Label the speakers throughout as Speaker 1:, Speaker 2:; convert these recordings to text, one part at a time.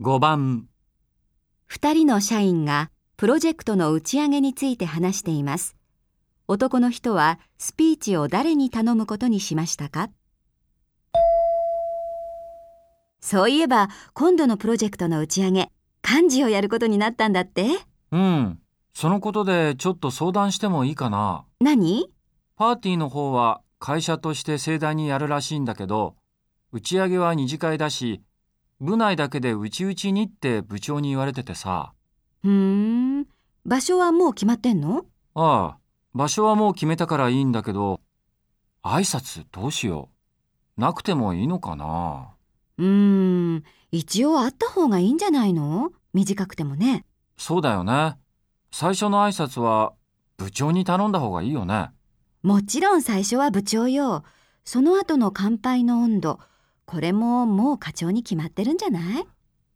Speaker 1: 5番、
Speaker 2: 2人の社員がプロジェクトの打ち上げについて話しています。男の人はスピーチを誰に頼むことにしましたかそういえば今度のプロジェクトの打ち上げ、幹事をやることになったんだって
Speaker 1: うん、そのことでちょっと相談してもいいかな。
Speaker 2: 何
Speaker 1: パーティーの方は会社として盛大にやるらしいんだけど、打ち上げは二次会だし、部内だけでうちうちにって部長に言われててさ。
Speaker 2: うーん、場所はもう決まってんの
Speaker 1: ああ、場所はもう決めたからいいんだけど、挨拶どうしよう。なくてもいいのかな。
Speaker 2: うーん、一応あった方がいいんじゃないの短くてもね。
Speaker 1: そうだよね。最初の挨拶は部長に頼んだ方がいいよね。
Speaker 2: もちろん最初は部長よ。その後の乾杯の温度。これももう課長に決まってるんじゃない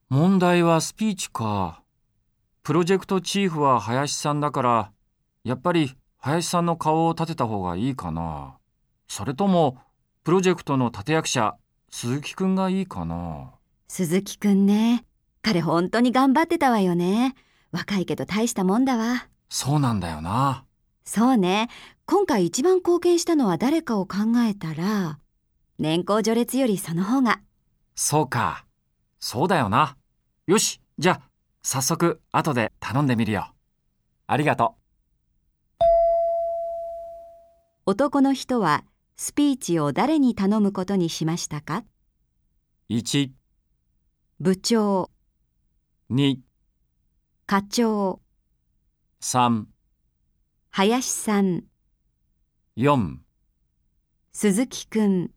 Speaker 1: 問題はスピーチか。プロジェクトチーフは林さんだから、やっぱり林さんの顔を立てた方がいいかな。それとも、プロジェクトの立役者、鈴木くんがいいかな。
Speaker 2: 鈴木くんね。彼本当に頑張ってたわよね。若いけど大したもんだわ。
Speaker 1: そうなんだよな。
Speaker 2: そうね。今回一番貢献したのは誰かを考えたら、年功序列よりその方が。
Speaker 1: そうか。そうだよな。よし、じゃあ、早速、後で頼んでみるよ。ありがとう。
Speaker 2: 男の人はスピーチを誰に頼むことにしましたか
Speaker 1: 1、
Speaker 2: 部長、
Speaker 1: 2、
Speaker 2: 課長、
Speaker 1: 3、
Speaker 2: 林さん、
Speaker 1: 4。
Speaker 2: 鈴木くん。